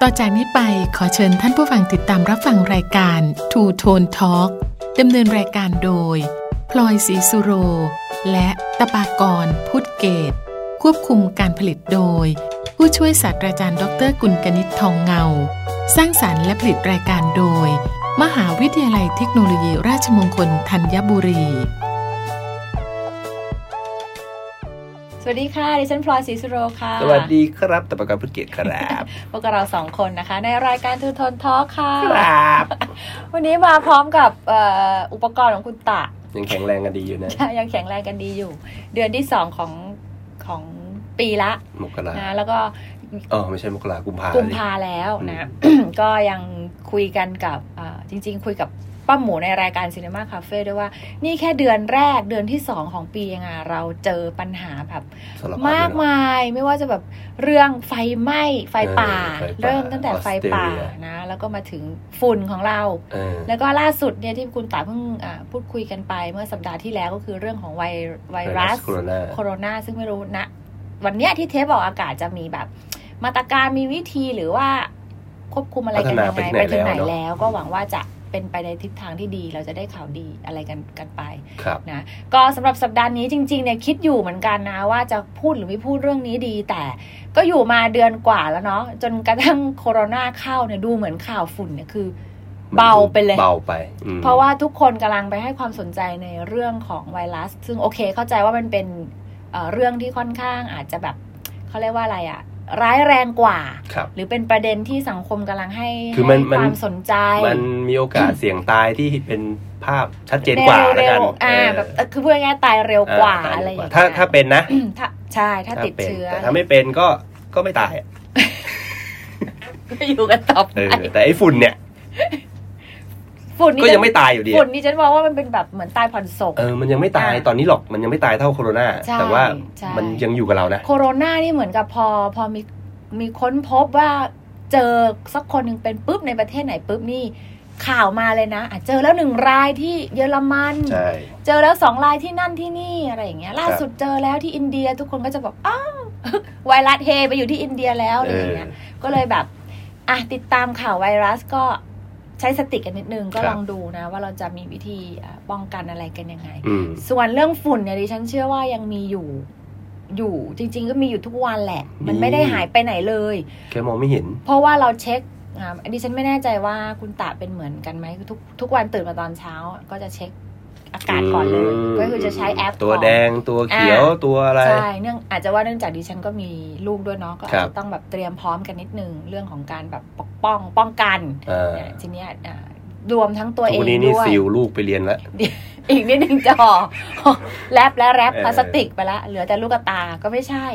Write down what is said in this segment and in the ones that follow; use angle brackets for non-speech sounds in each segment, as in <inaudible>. ต่อจากนี้ไปขอเชิญท่านผู้ฟังติดตามรับฟังรายการ Two Tone Talk ดำเนินรายการโดย พลอยศรีสุโร และตะปากรพุทธเกต ควบคุมการผลิตโดย ผู้ช่วยศาสตราจารย์ดรกุลกนิษฐ์ทองเงา สร้างสารรค์และผลิตรายการโดย มหาวิทยาลัยเทคโนโลยีราชมงคลธัญบุรี สวัสดีค่ะดิฉันพลอยศรีสุโรค่ะ สวัสดีครับตะปากรพุทธเกตครับ พวกบเราสองคนนะคะ ในรายการทูทนทอค่ะ ครับ วันนี้มาพร้อมกับเอ่ออุปกรณ์ของคุณตะ <laughs> ยังแข็งแรงกันดีอยู่นะ ยังแข็งแรงกันดีอยู่ เดือนที่สองของของปีละ มกรา นะแล้วก็ อ๋อไม่ใช่มกรากุมภา กุม ดิ ภาแล้วนะ อื <coughs> ก็ยังคุยกันกับเอ่อจริง ๆ คุยกับป้าหมูในรายการซีนีมาคาเฟ่ด้วยว่า นี่แค่เดือนแรกเดือนที่สองของปียังไงเราเจอปัญหาแบบ สลับ มากมายไม่ว่าจะแบบเรื่องไฟไหม้ไฟป่า เออไฟป่า เริ่มตั้งแต่ไฟป่า ออสเตรเลีย นะ แล้วก็มาถึงฝุ่นของเรา เออ แล้วก็ล่าสุดเนี่ยที่คุณตาเพิ่งอ่าพูดคุยกันไปเมื่อสัปดาห์ที่แล้วก็คือเรื่องของไวไวรัส ไวรัสโคโรนา โคโรนาซึ่งไม่รู้นะ วันเนี้ยที่เทปออกอากาศจะมีแบบ มาตรการมีวิธีหรือว่าควบคุมอะไรกันยังไง พั ไป ฒ ถึงไหนนาไปถึงไหนแล้วเนอะ แล้ว ก็หวังว่าจะเป็นไปในทิศทางที่ดี เราจะได้ข่าวดีอะไรกันกันไป ครับ นะก็สำหรับสัปดาห์นี้จริงๆเนี่ยคิดอยู่เหมือนกันนะ ว่าจะพูดหรือไม่พูดเรื่องนี้ดี แต่ก็อยู่มาเดือนกว่าแล้วเนาะจนกระทั่งโคโรนาเข้าเนี่ยดูเหมือนข่าวฝุ่นเนี่ยคือ เบาไปเลย เบาไปอืม เพราะว่าทุกคนกำลังไปให้ความสนใจในเรื่องของไวรัส ซึ่งโอเคเข้าใจว่ามันเป็นเอ่อเรื่องที่ค่อนข้างอาจจะแบบเขาเรียกว่าอะไรอะร้ายแรงกว่า ครับ หรือเป็นประเด็นที่สังคมกำลังให้ คือมัน ให้ มัน ความสนใจ มันมีโอกาสเสี่ยงตายที่เป็นภาพชัดเจนกว่า เร็วๆ แล้วกัน อ่าแบบเออคือพูดง่ายๆตายเร็วกว่า ตย อะไร เร็ อย่างเงี้ย ถ้าถ้าเป็นนะ อืมถ้าใช่ถ้าติดเชื้อ ถ้าป็นแต่ถ้าไม่เป็นก็ก็ไม่ตายอะ ก็อยู่กันต่อไป เออแต่ไอ้ฝุ่นเนี่ย ฝุ่นนี่ ก็ยังไม่ตายอยู่ดีอะ ฝุ่นนี่ฉันมองว่ามันเป็นแบบเหมือนตายผ่อนส่ง เออมันยังไม่ตาย อ่า ตอนนี้หรอกมันยังไม่ตายเท่าโคโรนา ใช่ แต่ว่า ใช่ มันยังอยู่กับเรานะ โคโรนานี่เหมือนกับพอพอมีมีค้นพบว่าเจอสักคนหนึ่งเป็นปุ๊บในประเทศไหนปุ๊บนี่ข่าวมาเลยนะอ่ะเจอแล้วหนึ่งรายที่เยอรมัน ใช่ เจอแล้วสองรายที่นั่นที่นี่อะไรอย่างเงี้ยล่าสุดเจอแล้วที่อินเดียทุกคนก็จะแบบอ้าว <laughs> ไวรัสเฮไปอยู่ที่อินเดียแล้วอะไรอย่างเงี้ย ก็เลยแบบอ่ะติดตามข่าวไวรัสก็ใช้สติกันนิดนึงก็ ครับ ลองดูนะ ว่าเราจะมีวิธีอ่ะป้องกันอะไรกันยังไง อืม ส่วนเรื่องฝุ่นเนี่ยดิฉันเชื่อว่ายังมีอยู่อยู่จริง ๆ ก็มีอยู่ทุกวันแหละ มัน มี ไม่ได้หายไปไหนเลย แค่มองไม่เห็น เพราะว่าเราเช็คอ่าอันนี้ฉันไม่แน่ใจว่าคุณตาเป็นเหมือนกันไหมทุกทุกวันตื่นมาตอนเช้า ก็จะเช็คอากาศก่อนเลย ม ก็คือจะใช้แอป ตัว ก่อน แดงตัวเขียว อ่า ตัวอะไร ใช่เนื่องอาจจะว่าเนื่องจากดิฉันก็มีลูกด้วยเนาะก็อาจ ครั จะ บ ต้องแบบเตรียมพร้อมกันนิดนึงเรื่องของการแบบปกป้องป้องกัน อ่า เนี่ยทีเนี้ยอ่ารวมทั้งตัวเอ ทุก ง วันนี้นี่ ด้วย ซิลลูกไปเรียนแล้ว อีกนิดนึงจะห่อ <laughs> แรปและแรป เออ พลาสติกไปละเหลือแต่ลูกตาก็ไม่ใช่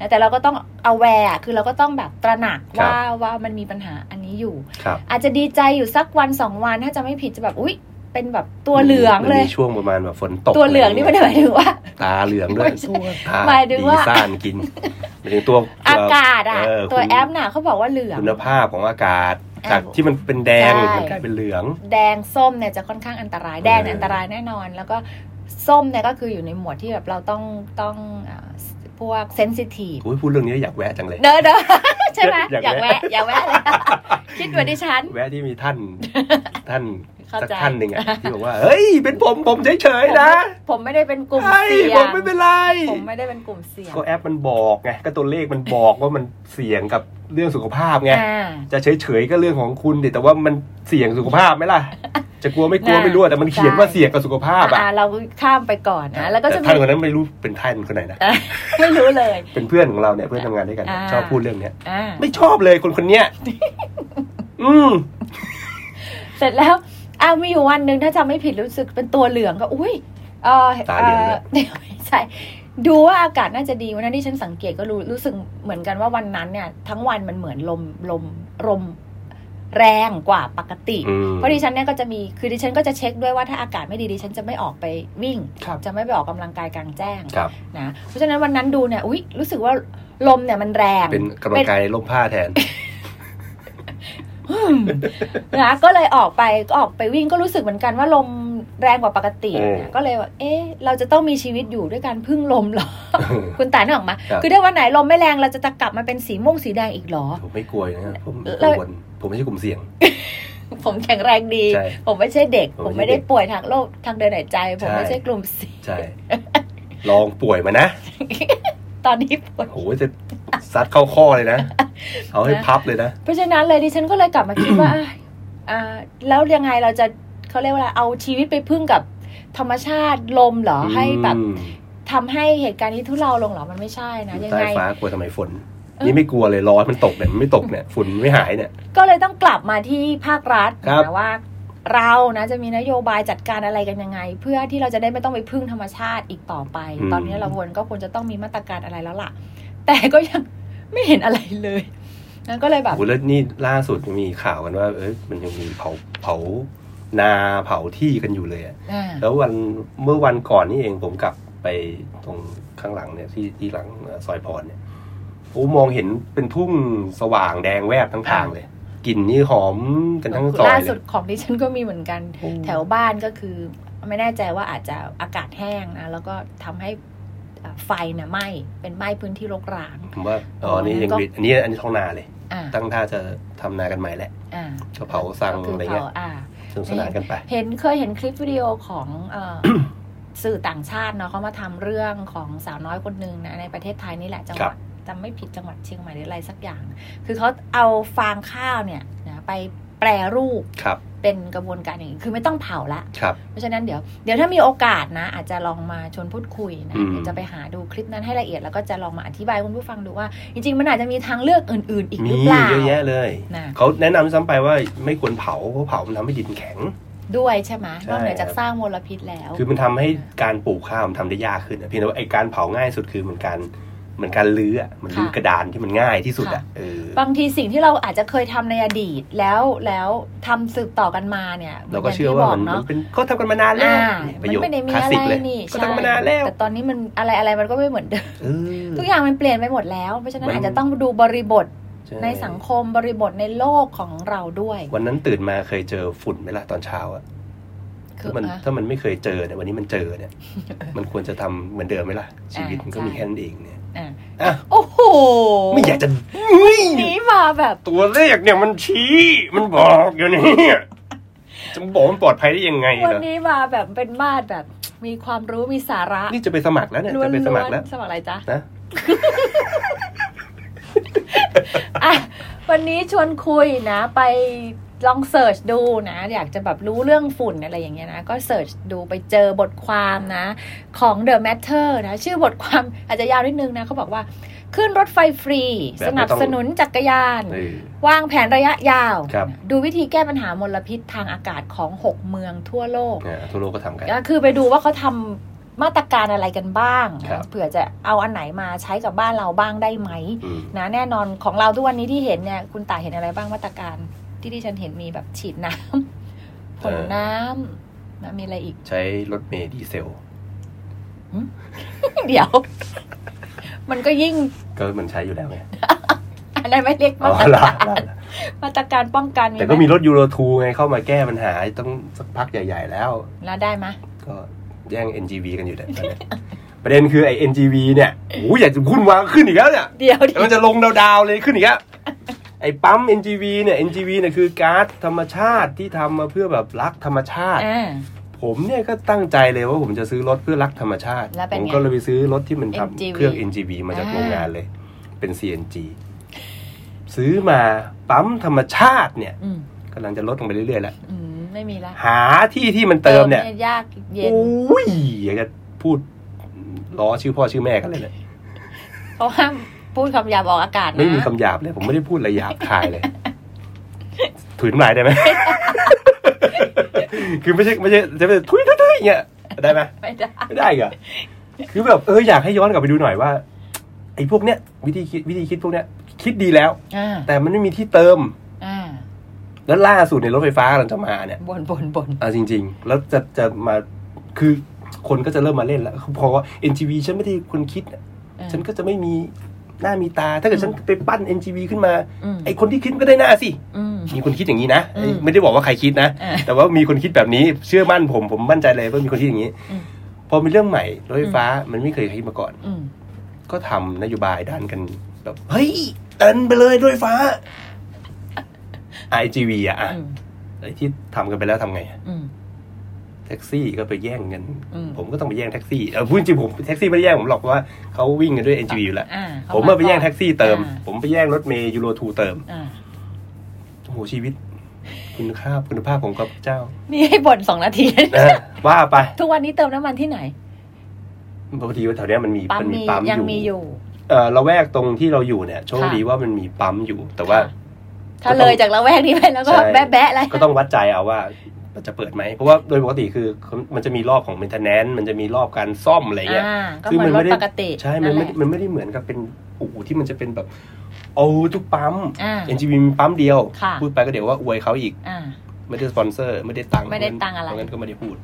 นะแต่เราก็ต้องเอาแวร์คือเราก็ต้องแบบตระหนักว่าว่ามันมีปัญหาอันนี้อยู่ ครับ อาจจะดีใจอยู่สักวันสองวันถ้าจะไม่ผิดจะแบบอุ๊ย เป็นแบบตัวเหลือง มัน เล มี ย ช่วงประมาณแบบฝนตก ตัวเหลืองนี่ไม่ได้หมายถึงว่า ตาเหลืองด้วย ไม่ใช่ ตัวตา หมายถึงว่า ซ่านกินหมายถึงตัว อา ตัว กาศอะ เออ ตัว คุณ แอปน่ะเขาบอกว่าเหลือง คุณภาพของอากาศ อ่า จากที่มันเป็นแดง ใช่ มันกลายเป็นเหลือง แดงส้มเนี่ยจะค่อนข้างอันตรายแดงเนี่ย เออ อันตรายแน่นอน แล้วก็ส้มเนี่ยก็คืออยู่ในหมวดที่แบบเราต้องต้องอ่าพวกเซนซิทีฟ อุ้ยพูดเรื่องนี้อยากแวะจังเลย เด้อเด้อ <laughs> ใช่ไหม อยาก อยาก แวะ แวะอยากแวะเลย <laughs> คิดเหมือนดิฉัน แวะที่มีท่าน ท่าน เข้า สัก ใจ ท่านหนึ่งอะที่บอกว่าเฮ้ยเป็นผมผมเฉยๆนะ ผมไม่ได้เป็นกลุ่ม เฮ้ย เสี่ยง ผมไม่เป็นไร ผมไม่ได้เป็นกลุ่มเสี่ยง ก็แอปมันบอกไงก็ตัวเลขมันบอกว่ามันเสี่ยงกับเรื่องสุขภาพไง อ่า จะเฉยๆก็เรื่องของคุณดิแต่ว่ามันเสี่ยงสุขภาพไหมล่ะ จะกลัวไม่กลัว น่ะ ไม่รู้อะแต่มันเขียนว่า ใช่ เสี่ยงกับสุขภาพอ่ะ อ่าเราข้ามไปก่อนนะแล้วก็จะ แต่ มี ท่านคนนั้นไม่รู้เป็นท่านคนไหนนะ อ่ะไม่รู้เลย เป็นเพื่อนของเราเนี่ยเพื่อนทำงานด้วยกัน อ่า ชอบพูดเรื่องเนี้ย อ่า ไม่ชอบเลยคนคนเนี้ย อืม เสร็จแล้วอ้าวมีอยู่วันหนึ่งถ้าจำไม่ผิดรู้สึกเป็นตัวเหลืองก็อุ้ยเออ ตาเหลืองเลย เดี๋ยว <laughs> ไม่ใช่ดูว่าอากาศน่าจะดีวันนั้นที่ฉันสังเกตก็รู้รู้สึกเหมือนกันว่าวันนั้นเนี่ย ทั้งวันมันเหมือนลมลมลมแรงกว่าปกติ อืม เพราะดิฉันเนี่ยก็จะมีคือดิฉันก็จะเช็คด้วยว่าถ้าอากาศไม่ดีดิฉันจะไม่ออกไปวิ่ง ครับ จะไม่ไปออกกำลังกายกลางแจ้ง ครับ นะเพราะฉะนั้นวันนั้นดูเนี่ยอุ๊ยรู้สึกว่าลมเนี่ยมันแรง เป็นกำลังกายล่มผ้าแทน นะก็เลยออกไปก็ออกไปวิ่งก็รู้สึกเหมือนกันว่าลม แรงกว่าปกติ เออ เนี่ยก็เลยว่าเอ๊ะเราจะต้องมีชีวิตอยู่ด้วยการพึ่งลมเห <laughs> รอ คุณตาเนี่ยออกมา ครับ คือถ้าวันไหนลมไม่แรงเราจะกลับมาเป็นสีม่วงสีแดงอีก <laughs> เหรอ ผมไม่กลัวนะครับผมไม่ แล้ กั ว งวลผมไม่ใช่กลุ่มเสี่ยง ผมแข็งแรงดี ใช่ ผมไม่ใช่เด็ก ผ ผม ม ไม่ ไม่ ใช่เด็ ได้ ก ป่วยทางโรคทางเดินหายใจ ผม ใช่ ไม่ใช่กลุ่มเสี่ยง ใช่ ลองป่วยมานะ ตอนนี้ป่วย โอ้โหจะซัดเข้าข้อเลยนะ เอาให้พับเลยนะ เพราะฉะนั้นเลยดิฉันก็เลยกลับมาคิดว่า <coughs> อ่ะอ่าแล้วยังไงเราจะเขาเรียกว่าอะไรเอาชีวิตไปพึ่งกับธรรมชาติลมเหรอให้แบบทำให้เหตุการณ์นี้ทุเลาลงเหรอมันไม่ใช่ อ นะ ยู่ ยัง ใต้ ไง ฟ้ากลัวทำไมฝน เออ นี่ไม่กลัวเลยร้อนมันตกเนี่ยมันไม่ตกเนี่ยฝุ่นไม่หายเนี่ย ก็เลยต้องกลับมาที่ภาครัฐ ครับ นะว่าเรานะจะมีนโยบายจัดการอะไรกันยังไง เพื่อที่เราจะได้ไม่ต้องไปพึ่งธรรมชาติอีกต่อไป ตอนนี้เราควรก็ควรจะต้องมีมาตรการอะไรแล้วล่ะ แต่ก็ยังไม่เห็นอะไรเลยนั่นก็เลยแบบ โอ้แล้วนี่ล่าสุดมีข่าวกันว่า เอ้ยมันยังมีเผาเผานาเผาที่กันอยู่เลยอะ อ่า แล้ววันเมื่อวันก่อนนี่เองผมกลับไปตรงข้างหลังเนี่ยที่ที่หลังเอ่อซอยพรเนี่ยโอ้มองเห็นเป็นทุ่งสว่างแดงแวบทั้งทางเลยกลิ่นนี่หอมกันทั้งซอย ล่า เล สุด ย ของดิฉันก็มีเหมือนกัน โอ้ แถวบ้านก็คือไม่แน่ใจว่าอาจจะอากาศแห้งนะแล้วก็ทำให้อ่าไฟนะไหม้เป็นไหม้พื้นที่รกร้าง ผมว่าอ๋อ โอ้ อันนี่ งั้น ยัง ก็ ดีอันนี้อันนี้ท้องนาเลย อ่า ตั้งท่าจะทำนากันใหม่แหละ อ่า ก็เผาสังอะไรเงี้ย อ่า สนุกสนานกันไป เห็นเคยเห็นคลิปวิดีโอของเอ่อ <coughs> สื่อต่างชาติเนาะเขามาทำเรื่องของสาวน้อยคนหนึ่งนะในประเทศไทยนี่แหละจังหวัดจำไม่ผิดจังหวัดเชียงใหม่หรืออะไรสักอย่าง คือเขาเอาฟางข้าวเนี่ยนะไปแปรรูป ครับ เป็นกระบวนการอย่างนี้คือไม่ต้องเผาละ ครับ เพราะฉะนั้นเดี๋ยวเดี๋ยวถ้ามีโอกาสนะ อาจจะลองมาชวนพูดคุยนะ อืม เดี๋ยวจะไปหาดูคลิปนั้นให้ละเอียดแล้วก็จะลองมาอธิบายให้คุณผู้ฟังดูว่า จริง ๆ มันอาจจะมีทางเลือกอื่น ๆ อีกห มี รือเปล่า เยอะแยะเลย นะ เขาแนะนำซ้ำไปว่าไม่ควรเผาเพราะเผามันทำให้ดินแข็ง ด้วยใช่ไหม ใช่ นอกเหนือจาก ครับ สร้างมลพิษแล้ว คือมันทำให้การปลูกข้าวมันทำได้ยากขึ้นอะเพียงแต่ว่าไอการเผาง่ายสุดคือเหมือนการเหมือนการลื้ออะมันลื้อ ค่ะ กระดานที่มันง่ายที่สุดค่ะอะเออ บางทีสิ่งที่เราอาจจะเคยทำในอดีตแล้วแล้วทำสืบต่อกันมาเนี่ย เราก็เชื่อ ห ว่า มื มันย่งนที่บ มันเป็นก็ทำกันมานานแล้ว อ่า เนี่ยป มั ระ น โยค ไม่ได้มี คลาอะสไร สิกเลย นี่ ก็ ใช่ ทำกันมานานแล้ว แต่ตอนนี้มันอะไรอะไรมันก็ไม่เหมือนเดิม เออ ทุกอย่างมันเปลี่ยนไปหมดแล้ว เพราะฉะนั้ มัน น อาจจะต้องดูบริบท ช่ ในสังคมบริบทในโลกของเราด้วย วันนั้นตื่นมาเคยเจอฝุ่นไหมล่ะตอนเช้าอะ คือถ้ามัน อ่ะ ถ้ามันไม่เคยเจอเนี่ยวันนี้มันเจอเนี่ย <laughs> มันควรจะทำเหมือนเดิมไหมล่ะ ชีวิตมันก็มี ใช่ แค่นั้นเองเนี่ย อ่ะ อ่ะ โอ้โห ไม่อยากจะเฮ้ย หนีมาแบบ ตัวเลขเนี่ยมันชี้ มันบอกอยู่ <laughs> เนี่ยจะบอกมันปลอดภัยได้ยังไง วัน ล่ะ นี้มาแบบเป็นมาดแบบมีความรู้มีสาระ นี่จะไปสมัครแล้วเนี่ย ล้วน จะไป ๆ สมัครแล้ว สมัครอะไรจ๊ะ นะ อ่ะวันนี้ชวนคุยนะ ไปลองเสิร์ชดูนะ อยากจะแบบรู้เรื่องฝุ่นอะไรอย่างเงี้ยนะ ก็เสิร์ชดูไปเจอบทความนะ ของ The Matter นะ ชื่อบทความอาจจะยาวนิดนึงนะเขาบอกว่า ขึ้นรถไฟฟรี แบสบไม่ นับ ต้อง สนุนจักรยาน เออ วางแผนระยะยาว ครับ ดูวิธีแก้ปัญหามลพิษทางอากาศของ 6 เมืองทั่วโลก เนี่ยทั่วโลกก็ทำกัน ก็คือไปดูว่าเขาทำมาตรการอะไรกันบ้างนะครับ เผื่อจะเอาอันไหนมาใช้กับบ้านเราบ้างได้ไหม อืม นะแน่นอนของเราทุกวันนี้ที่เห็นเนี่ยคุณตาเห็นอะไรบ้างมาตรการ ที่ที่ฉันเห็นมีแบบฉีดน้ำ ผลน้ำนะมีอะไรอีก ใช้รถเมล์ดีเซล เดี๋ยว มันก็ยิ่ง ก็มันใช้อยู่แล้วไง อันนั้นไม่เรียก อ๋ มา อ ตร ละ การ ละ มาตรการป้องกัน แต่ก็มี ไห รถยูโรทูไงเข้ามาแก้ปัญหาต้องสักพักใหญ่ ๆ แล้ว แล้วได้ไหม ก็แย่ง NGV กันอยู่แต่ยตอนเนี้ยประเด็นคือไอ้ NGV เนี่ยโอ้ยอยากจะพุ่นวางขึ้นอีกแล้วเนี่ย เดี๋ยวดิ เดี๋ยวมันจะลงดาวๆเลยขึ้นอีกอะไอ้ปั๊ม NGV เนี่ย NGV เนี่ยคือก๊าซธรรมชาติที่ทำมาเพื่อแบบรักธรรมชาติ อ่า ผมเนี่ยก็ตั้งใจเลยว่าผมจะซื้อรถเพื่อรักธรรมชาติ แล้วเป็ ผ น ม ไง ก็เลยไปซื้อรถที่มันทำ NGV เครื่อง NGV มาจาก อ่า โรงงานเลย เป็น CNG ซื้อมาปั๊มธรรมชาติเนี่ย อืม กำลังจะลดลงไปเรื่อยๆแล้ว อืมไม่มีละ หาที่ที่มันเติมเนี่ย ยากเย็น โอ้ยอยากจะพูดล้อชื่อพ่อชื่อแม่กันเลยเนี่ย เพราะว่าพูดคำหยาบออกอากาศนะ ไม่มีคำหยาบเลย ผมไม่ได้พูดอะไรหยาบคายเลย ถืนหมายได้ไห <laughs> ม คือไม่ใช่ไม่ใช่จะเป็นทุยทุยทุยอย่างเงี้ยได้ไหม ไม่ได้ ไม่ได้เหรอคือแบบเอออยากให้ย้อนกลับไปดูหน่อยว่า ไอ้พวกเนี้ยวิธีคิดวิธีคิดพวกเนี้ยคิดดีแล้ว อ่า แต่มันไม่มีที่เติม อ่า แล้วล่าสุดในยรถไฟฟ้ากำลังจะมาเนี่ย บนบนบน เอาจริง ๆ แล้วจะจะมาคือคนก็จะเริ่มมาเล่นแล้วคือพอว่า NGV ฉันไม่ได้คนคิดน่ะ อ่า ฉันก็จะไม่มีหน้ามีตา ถ้าเกิดฉันไปปั้น NGV ขึ้นมา อืม ไอ้คนที่คิดมันก็ได้หน้าสิ อืม มีคนคิดอย่างนี้นะ อืม ไม่ได้บอกว่าใครคิดนะ เออ แต่ว่ามีคนคิดแบบนี้เชื่อมั่นผมผมมั่นใจเลยว่ามีคนคิดอย่างนี้ อืม พอมีเรื่องใหม่รถไฟฟ้ามันไม่เคยคิดมาก่อน อืม ก็ทำนโยบายด้านกันแบบเฮ้ยเตันไปเลยรถไฟฟ้า IGV อะอะ อืม ไอ้ที่ทำกันไปแล้วทำไงอะ อืม แท็กซี่ก็ไปแย่งเงิน อืม ผมก็ต้องไปแย่งแท็กซี่เออพูดจริงผมแท็กซี่ไม่ได้แย่งผมหรอกเพราะว่าเขาวิ่งกันด้วย NGV อยู่แล้ว อ่าเข ผมมาไปแย่งแท็กซี่เติม อ่า ผมไปแย่งรถเมย์ยูโรทูเติม อ่า โอ้โหชีวิต คุณค่าพคุณภาพของกับ <laughs> เจ้า นี่ให้บ่นสองนาที <laughs> นะว่าไป ทุกวันนี้เติมน้ำมันที่ไหน พอดีว่าแถวเนี้ยมันมี ปั๊ม มันมี มี ปั๊ม ยังมี อ อยู่ ยู่ เออเราแวกตรงที่เราอยู่เนี่ยโชค ค่ะ ดีว่ามันมีปั๊มอยู่ แต่ว่า ค่ะถ้าเลยจากละแวกนี้ไปแล้วก็ ใช่ แบะแบะๆแล้ว ก็ต้องวัดใจเอาว่ามันจะเปิดไหม เพราะว่าโดยปกติคือมันจะมีรอบของ maintenance มันจะมีรอบการซ่อมอะไรเงี้ย อ่าก็ คือ เหมื มั อน น ร ไม่ ถ ได้ ปกติ ใช่ มันไม่ แหละ มันไม่ได้เหมือนกับเป็นอู่ที่มันจะเป็นแบบเอาทุกปั๊ม อ่า NGV มีปั๊มเดียว ค่ะ พูดไปก็เดี๋ยวว่าอวยเขาอีก อ่า ไม่ได้สปอนเซอร์ ไม่ได้ตังค์ ไม่ได้ตังค์อะไร เพางั้นก็ไม่ได้ <laughs> พูด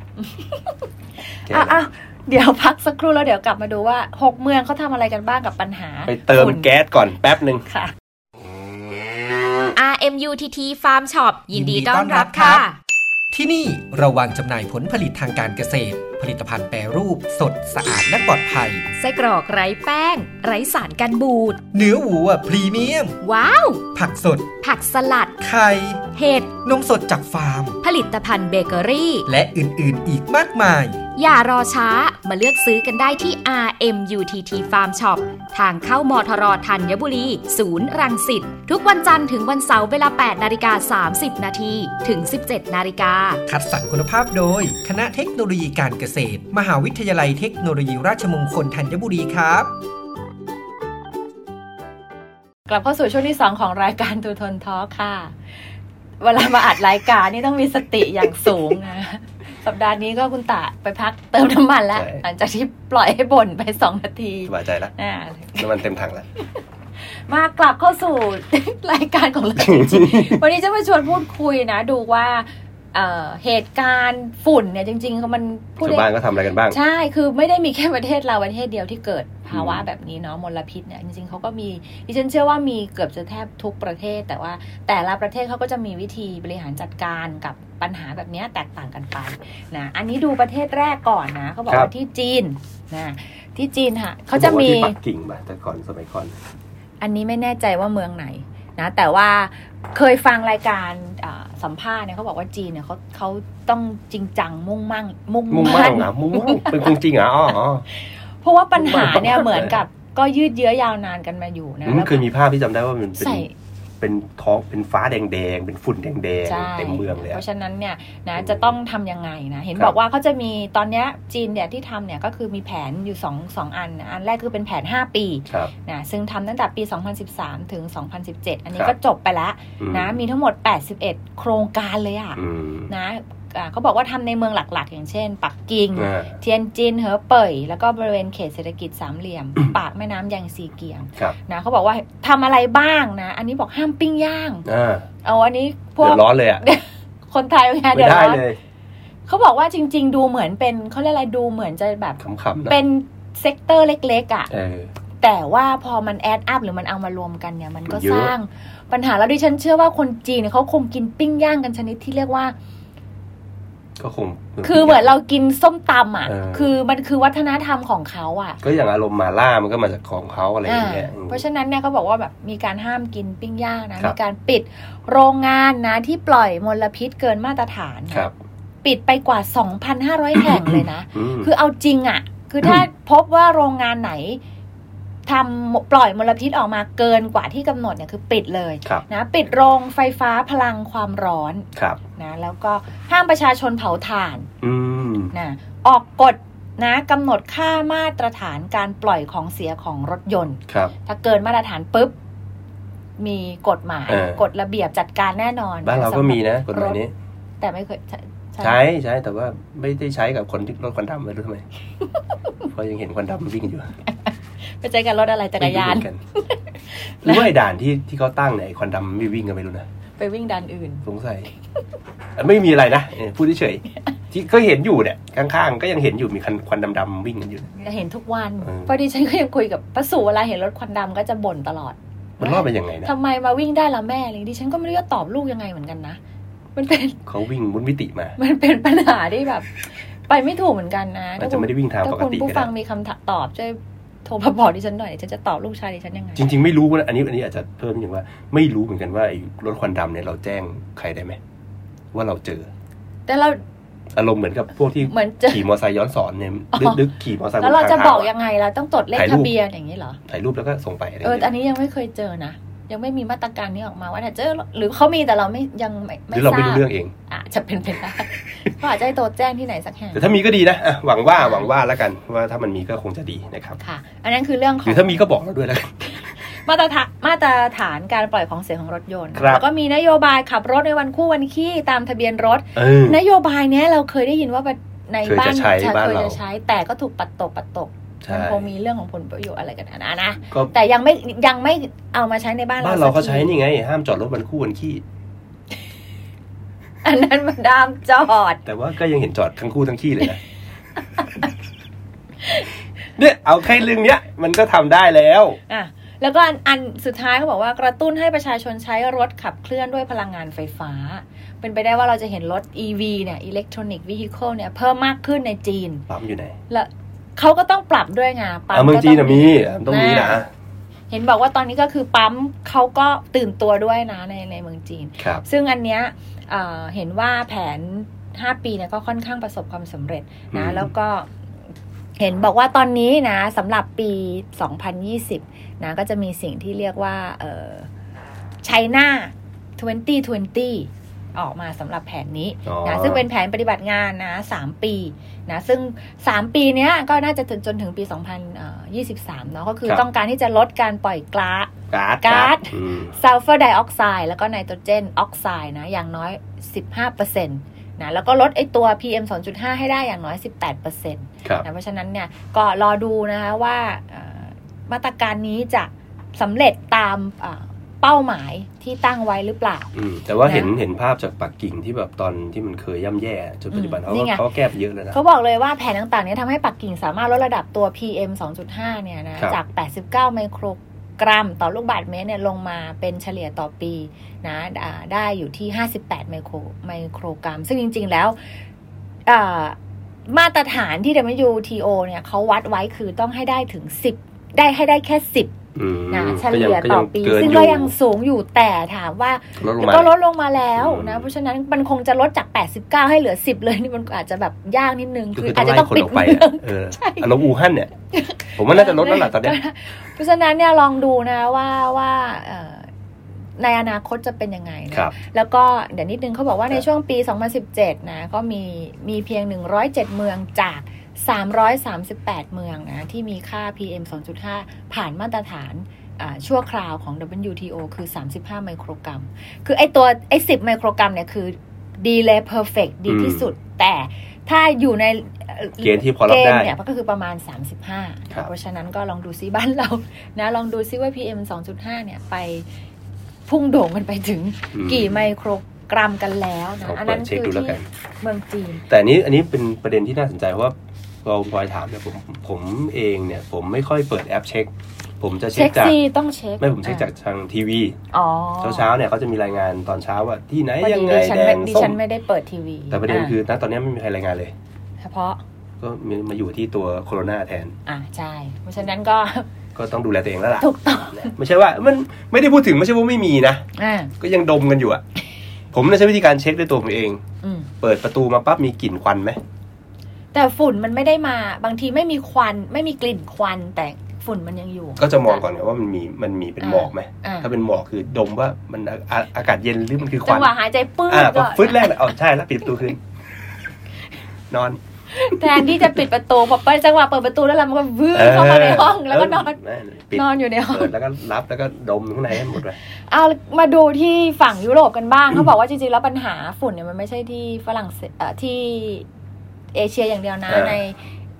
แค่ อ่ะ นั้น อ่ะเดี๋ยวพักสักครู่แล้วเดี๋ยวกลับมาดูว่าหกเมืองเขาทำอะไรกันบ้างกับปัญหา ไปเติม ฝุ่น แก๊สก่อนแป๊บหนึ่ง ค่ะ RMUTT Farm Shop ยินดีต้อนรับค่ะ ที่นี่เราวางจำหน่ายผลผลิตทางการเกษตร ผลิตภัณฑ์แปรรูป สดสะอาดและปลอดภัย ไส้กรอกไร้แป้ง ไร้สารกันบูด เนื้อวัวพรีเมียม ว้าว ผักสด ผักสลัด ไข่ เห็ด นมสดจากฟาร์ม ผลิตภัณฑ์เบเกอรี่ และอื่นๆอีกมากมาย อย่ารอช้ามาเลือกซื้อกันได้ที่ RMUTT Farm Shop ทางเข้ามทรธัญบุรี ศูนย์รังสิต ทุกวันจันทร์ถึงวันเสาร์เวลา 8 นาฬิกา 30 นาทีถึง 17 นาฬิกา คัดสรรคุณภาพโดย คณะเทคโนโลยีการเกษตร มหาวิทยาลัยเทคโนโลยีราชมงคลธัญบุรีครับ กลับเข้าสู่ช่วงที่สองของรายการทูทนทอค่ะ เวลามาอัดรายการนี่ต้องมีสติอย่างสูง <laughs> นะ สัปดาห์นี้ก็คุณตาไปพักเติมน้ำมันแล้ว ใช่ หลังจากที่ปล่อยให้บ่นไปสองนาที สบายใจแล้ว อ่า น้ำมันเต็มถังแล้ว มากลับเข้าสู่ <laughs> รายการของเราจริง <laughs> ๆ วันนี้จะมาชวนพูดคุยนะ ดูว่าเอ่อเหตุการณ์ฝุ่นเนี่ยจริงๆมันพูด ชาวบ้า ได้ นก็ทำอะไรกันบ้าง ใช่คือไม่ได้มีแค่ประเทศเราประเทศเดียวที่เกิดภาวะ อืม แบบนี้เนาะมลพิษเนี่ยจริงๆเขาก็มีดิฉันเชื่อว่ามีเกือบจะแทบทุกประเทศ แต่ว่าแต่ละประเทศเขาก็จะมีวิธีบริหารจัดการกับปัญหาแบบเนี้ยแตกต่างกันไปนะอันนี้ดูประเทศแรกก่อนนะเขาบอกว่าที่จีนนะที่จีนค่ะเขาจะมี ที่ปักกิ่งมาแต่ก่อนสมัยก่อน อันนี้ไม่แน่ใจว่าเมืองไหนนะแต่ว่าเคยฟังรายการอ่าสัมภาษณ์เนี่ยเขาบอกว่าจีนเนี่ยเขาเขาต้องจริงจังมุ่งมั่งมุ่ง มุ่งมั่ มั่ ง น เหรอมุ่งมั่งเป็นคนจริงเหรออ๋ออ๋อ เพราะว่าปัญหาเนี่ย มุ่งมั่น เหมือนกับก็ยืดเยื้อยาวนานกันมาอยู่นะ อืม แล้ว เคยมีภาพที่จำได้ว่ามันเป็น ใส่ เป็นท้องเป็นฟ้าแดงๆ เป็นฝุ่นแดง ใช่ ๆ เต็มเมืองเลย เพ อะ ราะฉะนั้นเนี่ยนะ อืม จะต้องทำยังไงนะเห็น ครับ บอกว่าเขาจะมีตอนเนี้ยจีนเนี่ยที่ทำเนี่ยก็คือมีแผนอยู่สองสองอันนะอันแรกคือเป็นแผน 5 ปี ครับ นะซึ่งทำตั้งแต่ปี 2013 ถึง 2017 อันนี้ ครับ ก็จบไปแล้ว อืม นะมีทั้งหมด 81 โครงการเลยอะ่ะ อืม นะอ่าเขาบอกว่าทำในเมืองหลักๆ อย่างเช่น ปักกิ่ง อ่า เทียนจิน เหอเป่ย แล้วก็บริเวณเขตเศรษฐกิจสามเหลี่ยม ปากแม่น้ำยางซีเกียง ครับ นะเขาบอกว่าทำอะไรบ้างนะ อันนี้บอกห้ามปิ้งย่าง อ่า เอาอันนี้พว เดื ก อดร้อนเลยอ่ะ คนไทยไง ไม่ เดือด ได้ ร้อน เลย เขาบอกว่าจริง ๆ ดูเหมือนเป็นเขาเรียกอะไรดูเหมือนจะแบบ ขำๆนะ เป็นเซกเตอร์เล็กๆอ่ะ เออ แต่ว่าพอมันแอดอัพหรือมันเอามารวมกันเนี่ย มันก็ มันเยอะ สร้างปัญหาแล้วดิฉันเชื่อว่าคนจีนเนี่ยเขาคงกินปิ้งย่างกันชนิดที่เรียกว่า ก็คง คือเหมือนเรากินส้มตำอ่ะ เออ คือมันคือวัฒนธรรมของเขาอ่ะ ก็อย่างอารมณ์มาล่ามันก็มาจากของเขาอะไรอย่างเงี้ย อ่าเพราะฉะนั้นเนี่ยเขาบอกว่าแบบมีการห้ามกินปิ้งย่างนะครับ มีการปิดโรงงานนะที่ปล่อยมลพิษเกินมาตรฐานนะครับปิดไปกว่า <coughs> 2,500 แห่งเลยนะ ม คือเอาจริงอะ่ะ คือถ้าพบว่าโรงงานไหนทำปล่อยมลพิษออกมาเกินกว่าที่กำหนดเนี่ยคือปิดเลย ครับ นะ ปิดโรงไฟฟ้าพลังความร้อน ครับ นะ แล้วก็ห้ามประชาชนเผาถ่าน อืม นะออกกฎนะกำหนดค่ามาตรฐานการปล่อยของเสียของรถยนต์ ครับ ถ้าเกินมาตรฐานปุ๊บ มีกฎหมาย เออ กฎระเบียบจัดการแน่นอน บ้านเราก็มีนะกฎหมายนี้ แต่ไม่เคยใช่ใช่ ใช้ใช้แต่ว่าไม่ได้ใช้กับคนที่รถควันดำไม่รู้ทำไม <laughs> เพราะยังเห็นควันดำวิ่งอยู่ ไปใช้กันรถอะไรจักรยาน ไม่เหมือนกันหรือว่าไอ้ด่านที่ที่เขาตั้งเนี่ยไอ้ควันดำไม่วิ่งกันไม่รู้นะ ไปวิ่งดันอื่น สงสัย เอ่อไม่มีอะไรนะเออพูดเฉยๆที่ก็เห็นอยู่เนี่ยข้างๆ ก็ยังเห็นอยู่มีคันควันดำๆวิ่งกันอยู่ เห็นทุกวัน เออ เพราะดิฉันก็ยังคุยกับป้าสูเวลาเห็นรถควันดำก็จะบ่นตลอด มันรอดเป็นยังไงนะ ทำไมมาวิ่งได้ละแม่เลยดิฉันก็ไม่รู้จะตอบลูกยังไงเหมือนกันนะมันเป็น <laughs> เขาวิ่งมุดมิติมา มันเป็นปัญหาที่แบบ ไปไม่ถูกเหมือนกันนะ อาจจะไม่ได้วิ่งทาง ถ้า ปก คุณ ติ ผู้ ก็ ฟั ได้ งมีคำตอบช่วยโทรมาบอกดิฉันหน่อยดิฉันจะตอบลูกชายดิฉันยังไง จริง ๆ ไม่รู้ว่าอันนี้อันนี้อาจจะเพิ่มนิดนึงว่า ไม่รู้เหมือนกันว่าไอ้รถควันดำเนี่ยเราแจ้งใครได้ไหมว่าเราเจอ แต่เรา อารมณ์เหมือนกับพ <laughs> วกที่ เหมือนเจอ ขี่มอเตอร์ไซค์ย้อนสอนเนี่ย อ๋อ ดึกดึกขี่มอเตอร์ไซค์ แล้วเรา น จะ ทง บอก เท้า ยังไงเราต้องจดเลข ถ่ายรูป ทะเบียนอย่างนี้เหรอ ถ่ายรูปแล้วก็ส่งไปอะไร เออ เงี้ อัน ย นี้ยังไม่เคยเจอนะ ยังไม่มีมาตรการนี้ออกมาว่าเนี่ยเจอหรือเขามีแต่เราไม่ยังไม่ ห ไม่ รือเรา ทรา ไม่รู้ บ เรื่องเอง อาจจะเป็นไปได้ก็อาจจะให้โทรแจ้งที่ไหนสักแห่ง แต่ถ้ามีก็ดีนะอ่ะหวังว่าหวังว่าแล้วกันว่าถ้ามันมีก็คงจะดีนะครับ ค่ะ อันนั้นคือเรื่องข ห อ รื ง อถ้ามีก็บอกเราด้วยแล้วกัน มาตรฐานมาตรฐานการปล่อยของเสียของรถยนต์ ครับ แล้วก็มีนโยบายขับรถในวันคู่วันขี้ตามทะเบียนรถ เออ นโยบายเนี้ยเราเคยได้ยินว่าใน เคยจะ บ้าน ใช้บ้าน เคย เรา จะใช้ แต่ก็ถูกปัดตกปัดตก ใช่ มันคงมีเรื่องของผลประโยชน์อะไรกันนะนะ ก็ แต่ยังไม่ยังไม่เอามาใช้ในบ้านเรา บ้านเรา สัก เขา ที ใช้นี่ไง ห้ามจอดรถวันคู่วันขี้ อันนั้นมันดามจอด แต่ว่าก็ยังเห็นจอดทั้งคู่ทั้งขี้ <laughs> เลยนะ เนี่ยเอาแค่เรื่องเนี้ย มันก็ทำได้แล้ว อ่ะ แล้วก็อันอันสุดท้ายเขาบอกว่ากระตุ้นให้ประชาชนใช้รถขับเคลื่อนด้วยพลังงานไฟฟ้า เป็นไปได้ว่าเราจะเห็นรถ EV เนี่ยอิเล็กทรอนิกส์วิฮิคเนี่ยเพิ่มมากขึ้นในจีน ปั๊มอยู่ไหน และเขาก็ต้องปรับด้วยไงปั๊ม อ่ะเมือง ก็ จี ต้ นน่ะมีอ่ะต้องมีนะ เห็นบอกว่าตอนนี้ก็คือปั๊มเขาก็ตื่นตัวด้วยนะในในเมืองจีน ครับ ซึ่งอันเนี้ยเอ่อเห็นว่าแผน 5 ปีเนี่ยก็ค่อนข้างประสบความสำเร็จนะ อืม แล้วก็เห็นบอกว่าตอนนี้นะสำหรับปี 2020นะก็จะมีสิ่งที่เรียกว่าเอ่อ China 2020 ออกมาสำหรับแผนนี้ อ๋อ นะซึ่งเป็นแผนปฏิบัติงานนะ 3 ปีนะซึ่ง 3 ปีเนี้ยก็น่าจะจนจนถึงปี 2023เนาะก็คือต้องการที่จะลดการปล่อยก๊าซ การ์ด การ์ด อืม ซัลเฟอร์ไดออกไซด์แล้วก็ไนโตรเจนออกไซด์นะ อย่างน้อย 15%นะแล้วก็ลดไอตัว PM 2.5 ให้ได้อย่างน้อย 18%น ครับ ะเพราะฉะนั้นเนี่ยก็รอดูนะคะว่าเอ่อมาตรการนี้จะสำเร็จตามเอ่อเป้าหมายที่ตั้งไว้หรือเปล่า อืมแต่ว่า นะ เห็นเห็นภาพจากปักกิ่งที่แบบตอนที่มันเคยย่ำแย่จนปัจจุบัน อืม เขา นี่ ก็ ไง เขาก็แก้ไปเยอะแล้วนะ เขาบอกเลยว่าแผนต่างๆเนี้ทำให้ปักกิ่งสามารถลดระดับตัว PM 2.5 เนี่ยนะครับ จาก 89 ไมโครกรัมต่อลูกบาศก์เมตรเนี่ยลงมาเป็นเฉลี่ยต่อปีนะอ่าได้อยู่ที่ 58 ไมโครไมโครกรัม ซึ่งจริงๆแล้วอ่ามาตรฐานที่ WTO เนี่ยเขาวัดไว้คือต้องให้ได้ถึง 10 ได้ให้ได้แค่ 10 อืม นะเฉ ก็ ลี่ย ก็ ต่อปี เกิน ซึ่ง อยู่ ก็ยังสูงอยู่แต่ถามว่า ลดลงมา ก็ลดลงมาแล้วนะ อืม เพราะฉะนั้นมันคงจะลดจาก 89 ให้เหลือ 10 เลยนี่มันอาจจะแบบยากนิดนึง ก็คือ อา ต้อ จ ง จะ ไล่ ต้อง คน ปิด ออกไป เมือง อะเอออารมณ์อูฮั่นเนี่ย ผมว่าน่าจะลดแล้วล่ะตอนเนี้ย เพราะฉะนั้นเนี่ยลองดูนะว่าว่าเอ่อในอนาคตจะเป็นยังไง ครั นะ บ แล้วก็เดี๋ยวนิดนึงเขาบอกว่าใน ครับ ช่วงปี 2017 นะก็มีมีเพียง 107 เมืองจาก 338 เมืองนะที่มีค่า PM 2.5 ผ่านมาตรฐานอ่าชั่วคราวของ WTO คือ 35 ไมโครกรัม คือไอตัวไอ10 ไมโครกรัมเนี่ยคือดีเลยเพอร์เฟกดีที่สุด แต่ถ้าอยู่ในอ่อ เกณฑ์ที่พอรับเกได้ณฑ์เนี่ยก็คือประมาณ 35 ครับ เพราะฉะนั้นก็ลองดูซิบ้านเรา นะ ลองดูซิว่า PM 2.5 เนี่ยไปพุ่งโด่งกันไปถึง อืม กี่ไมโครกรัมกันแล้วนะ ลอง อันนั้น เปิดเช็ค คือ ดูแล้ว ที่ กัน เมืองจีน แต่อันนี้อันนี้เป็นประเด็นที่น่าสนใจเพราะว่าเราพลอยถามเนี่ยผมผมเองเนี่ย ผมไม่ค่อยเปิดแอปเช็ค ผมจะเช็ เช็ ค ค จาก ซีต้องเช็ค ไม่ผมเช็คจากทางทีวี อ๋อ เช้าเช้าๆเนี่ยเขาจะมีรายงานตอนเช้าว่าที่ไหน พอ ยัง ดี ไง ดิฉัน แด ไม่ ง ดิ ส้ ฉั ม นไม่ได้เปิดทีวี แต่ประเด็น อ่ คือณตอนเนี้ยไม่มีใครรายงานเลย เฉพาะ ก็มีมาอยู่ที่ตัวโคโรนาแทน อ่าใช่ เพราะฉะนั้นก็ ก็ต้องดูแลตัวเองแล้วล่ะ ถูกต้อง ไม่ใช่ว่ามันไม่ได้พูดถึงไม่ใช่ว่าไม่มีนะ อ่า ก็ยังดมกันอยู่อะผมเนี่ยใช้วิธีการเช็คด้วยตัวผมเอง อืม เปิดประตูมาปั๊บมีกลิ่นควันไหม แต่ฝุ่นมันไม่ได้มา บางทีไม่มีควัน ไม่มีกลิ่นควัน แต่ฝุ่นมันยังอยู่ ก็จะมองก่อนไงว่ามันมีมันมีเป็น อ่า หมอกไหม อ่า ถ้าเป็นหมอกคือดมว่ามันอาอาอากาศเย็นหรือมันคือค จั วั ง น หวะหายใจปื้ด อ่าพอ ก็ ฟึดแรกเลยเอาใช่แล้วปิดประตูคืน นอน แทนที่จะปิดประตูพอเปิดจังหวะเปิดประตูแล้วเรามันก็วื้อ ออ เข้ามาในห้องแล้วก็นอน เปิด นอนอยู่ในห้อง เปิดแล้วก็รับแล้วก็ดมข้างในให้หมดเลย เอามาดูที่ฝั่งยุโรปกันบ้าง เขาบอกว่าจริงๆแล้วปัญหาฝุ่นเนี่ยมันไม่ใช่ที่ฝรั่งเศสเอ่อที่เอเชียอย่างเดียวนะใน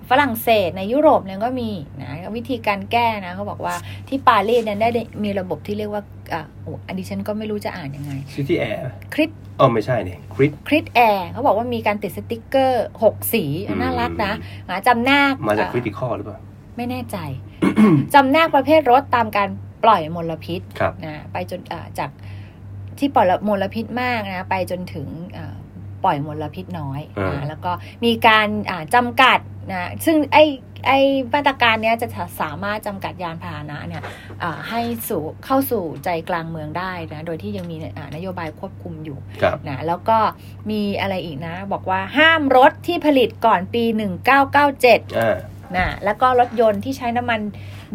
ฝรั่งเศสในยุโรปเนี่ยก็มีนะวิธีการแก้นะเขาบอกว่าที่ปารีสเนี่ยได้มีระบบที่เรียกว่าอ่ะโอ้อันนี้ฉันก็ไม่รู้จะอ่านยังไง ซิตี้แอร์ คลิป อ๋อไม่ใช่เนี่ยคริส คริสแอร์เขาบอกว่ามีการติดสติกเกอร์ 6 สี อืม น่ารักนะหมาจำแนก มาจาก เอ่อ <coughs> คริติคอลหรือเปล่า ไม่แน่ใจ จำแนกประเภทรถตามการ ปล่อยมลพิษ ครับ นะไปจนอ่าจากที่ปล่อยมลพิษมากนะไปจนถึงอ่าปล่อยมลพิษน้อย อ่า นะแล้วก็มีการอ่าจำกัดนะซึ่งไอไอมาตรการเนี้ยจะสามารถจำกัดยานพาหนะเนี่ยอ่าให้สู่เข้าสู่ใจกลางเมืองได้นะโดยที่ยังมีอ่านโยบายควบคุมอยู่ ครับ นะแล้วก็มีอะไรอีกนะ บอกว่าห้ามรถที่ผลิตก่อนปี 1997 อ่า นะแล้วก็รถยนต์ที่ใช้น้ำมัน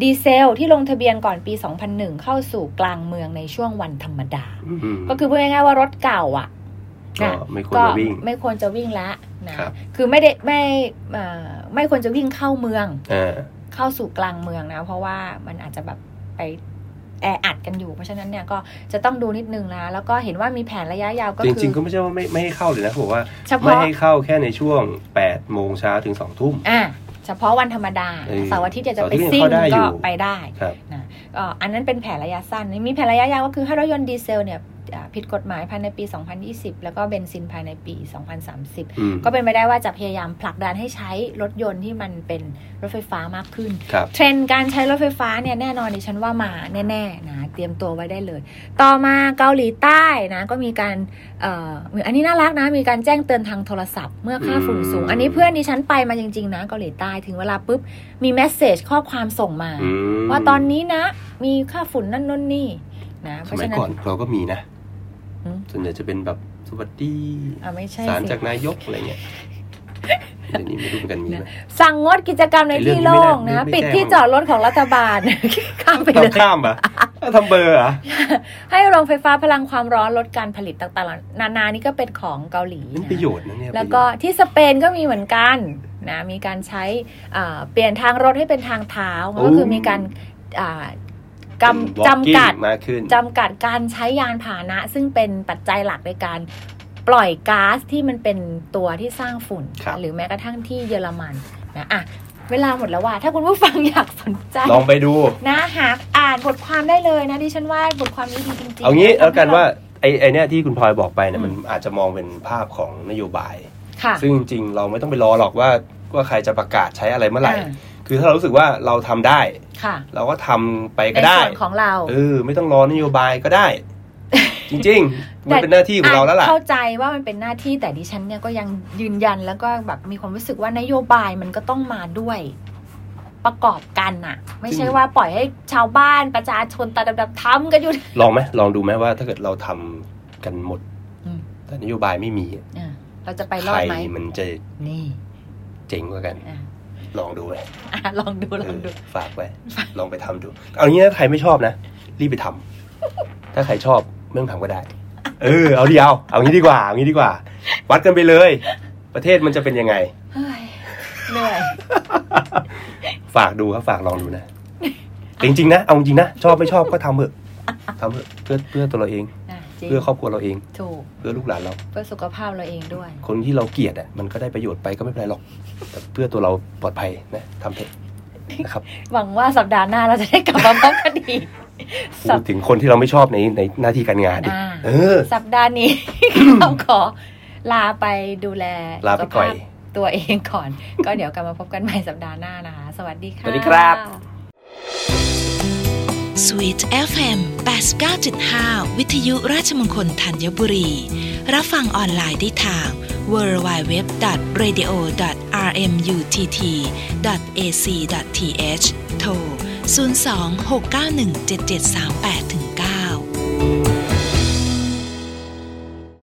ดีเซลที่ลงทะเบียนก่อนปี 2001 เข้าสู่กลางเมืองในช่วงวันธรรมดา อืม ก็คือพูดง่ายๆว่ารถเก่าอ่ะ ก็ นะ ไม่ควร ก็ มาวิ่ง ไม่ควรจะวิ่งแล้วนะครับ คือไม่ได้ไม่เอ่อไม่ควรจะวิ่งเข้าเมือง อ่า เข้าสู่กลางเมืองนะ เพราะว่ามันอาจจะแบบไปแออัดกันอยู่ เพราะฉะนั้นเนี่ยก็จะต้องดูนิดนึงนะแล้วก็เห็นว่ามีแผนระยะยาวก็ จ คือ ริงๆก็ไม่ใช่ว่าไม่ไม่ให้เข้าเลยนะเขาบอกว่า เฉ ไม่ พาะ ให้เข้าแค่ในช่วง8โมงเช้าถึง2ทุ่ม อ่าเฉพาะวันธรรมดา เออ เสาร์อาทิตย์อยากจะไป เสาร์อาทิตย์ ซิ่ง ยังเข้าได้อยู่ ก็ไปได้ ครับ นะก็อันนั้นเป็นแผนระยะสั้น มีแผนระยะยาวก็คือให้รถยนต์ดีเซลเนี่ยอ่าผิดกฎหมายภายในปี 2020 แล้วก็เบนซินภายในปี 2030 อืม ก็เป็นไปได้ว่าจะพยายามผลักดันให้ใช้รถยนต์ที่มันเป็นรถไฟฟ้ามากขึ้น ครับ เทรนด์การใช้รถไฟฟ้าเนี่ยแน่นอนดิฉันว่ามาแน่ๆนะเตรียมตัวไว้ได้เลย ต่อมาเกาหลีใต้นะก็มีการเอ่ออันนี้น่ารักนะ มีการแจ้งเตือนทางโทรศัพท์ เมื่อค่าฝุ่นสูง อืม อันนี้เพื่อนดิฉันไปมาจริงๆนะเกาหลีใต้ถึงเวลาปุ๊บ มีแมสเซจข้อความส่งมา อืม ว่าตอนนี้นะ มีค่าฝุ่นนั่นนู่นนี่นะเพ ส ราะ มัฉะยนั้ ก่อน น เราก็มีนะ อืม ส่วนใหญ่จะเป็นแบบสวัสดี อ่ะไม่ใช่ สาร สิ จากนายกอะไรเงี้ย <laughs> เดี๋ยวนี้ไม่รู้เหมือนกันมีไหม สั่งงดกิจกรรมใน ไอ้เรื่อ ที่ งนี้ โล่ง ไม่น่า นะ ไม่ ปิด แจ้ง ที่จอดรถของรัฐบาล <laughs> ข้ามไปเลย ทำข้ามเหรอ่ะทำเบอร์เหรอ่ะ ให้โรงไฟฟ้าพลังความร้อนลดการผลิตต่างๆ นานานี่ก็เป็นของเกาหลี นี่ นะ ประโยชน์นะเนี่ย แล้วก็ที่สเปนก็มีเหมือนกันนะมีการใช้อ่าเปลี่ยนทางรถให้เป็นทางเท้าก็คือมีการอ่ากำจำกัด มากขึ้น จำกัดการใช้ยานพาหนะ ซึ่งเป็นปัจจัยหลักในการปล่อยก๊าซที่มันเป็นตัวที่สร้างฝุ่น ครับ หรือแม้กระทั่งที่เยอรมันนะอ่ะเวลาหมดแล้วว่า ถ้าคุณผู้ฟังอยากสนใจ ลองไปดู นะหาอ่านบทความได้เลยนะดิฉันว่าบทความนี้ดีจริงๆ เอางี้ ะ แล้วกันว่าไอ้ไอ้เนี่ยที่คุณพลอยบอกไปเนี่ย อื มั ม นอาจจะมองเป็นภาพของนโยบาย ค่ะ ซึ่งจริงๆเราไม่ต้องไปรอหรอกว่าว่าใครจะประกาศใช้อะไรเมื่อไหร่ อ่า คือถ้าเรารู้สึกว่าเราทำได้ ค่ะ เราก็ทำไป ใน ก็ได้ ส่วนของเรา เออ ไม่ต้องรอนโยบายก็ได้ จริงๆ มัน แต่ เป็นหน้าที่ของเราแล้วล่ะ เข้าใจว่ามันเป็นหน้าที่แต่ดิฉันเนี่ยก็ยังยืนยันแล้วก็แบบมีความรู้สึกว่านโยบายมันก็ต้องมาด้วยประกอบกันน่ะ ไม่ใช่ จริง ว่าปล่อยให้ชาวบ้านประชาชนตาดำๆทำกันอยู่ <laughs> ลองไหมลองดูไหมว่าถ้าเกิดเราทำกันหมด อืม แต่นโยบายไม่มี อ่ะเราจะไปรอใคร ดไหม มันจะ นี่ เจ๋งกว่ากัน อ่ะ ลองดูไหม อ่ะลองดูลองดู เออฝากไว้ลองไปทำดู เอางี้นะใครไม่ชอบนะ รีบไปทำถ้าใครชอบไม่ต้องทำก็ได้ เออเอาดีเอาเอางี้ดีกว่าเอางี้ดีกว่า วัดกันไปเลย ประเทศมันจะเป็นยังไง เฮ้ยเหนื่อย ฝากดูครับฝากลองดูนะแต่จริงๆนะเอาจริงๆนะชอบไม่ชอบก็ทำเถอะทำเถอะเพื่อเพื่อตัวเราเอง นะจริง เพื่อครอบครัวเราเอง ถูก เพื่อลูกหลานเรา เพื่อสุขภาพเราเองด้วย คนที่เราเกลียดอ่ะมันก็ได้ประโยชน์ไปก็ไม่เป็นไรหรอกแต่เพื่อตัวเราปลอดภัยนะทำเถอะนะครับ หวังว่าสัปดาห์หน้าเราจะได้กลับมาพบกัน <laughs> อีกสั พู ป ดถึงคนที่เราไม่ชอบในในหน้าที่การงานดิ อ่า เออ สัปดาห์ <coughs> นี้ เราขอลาไปดูแล ลาไปก่อย สุขภาพตัวเองก่อน ก็เดี๋ยวกลับมาพบกันใหม่สัปดาห์หน้านะคะ สวัสดีค่ะ สวัสดีครับ Sweet FM 89.5 วิทยุราชมงคลธัญบุรี รับฟังออนไลน์ได้ทาง www.radio.rmutt.ac.th โทร 026917738 ถึง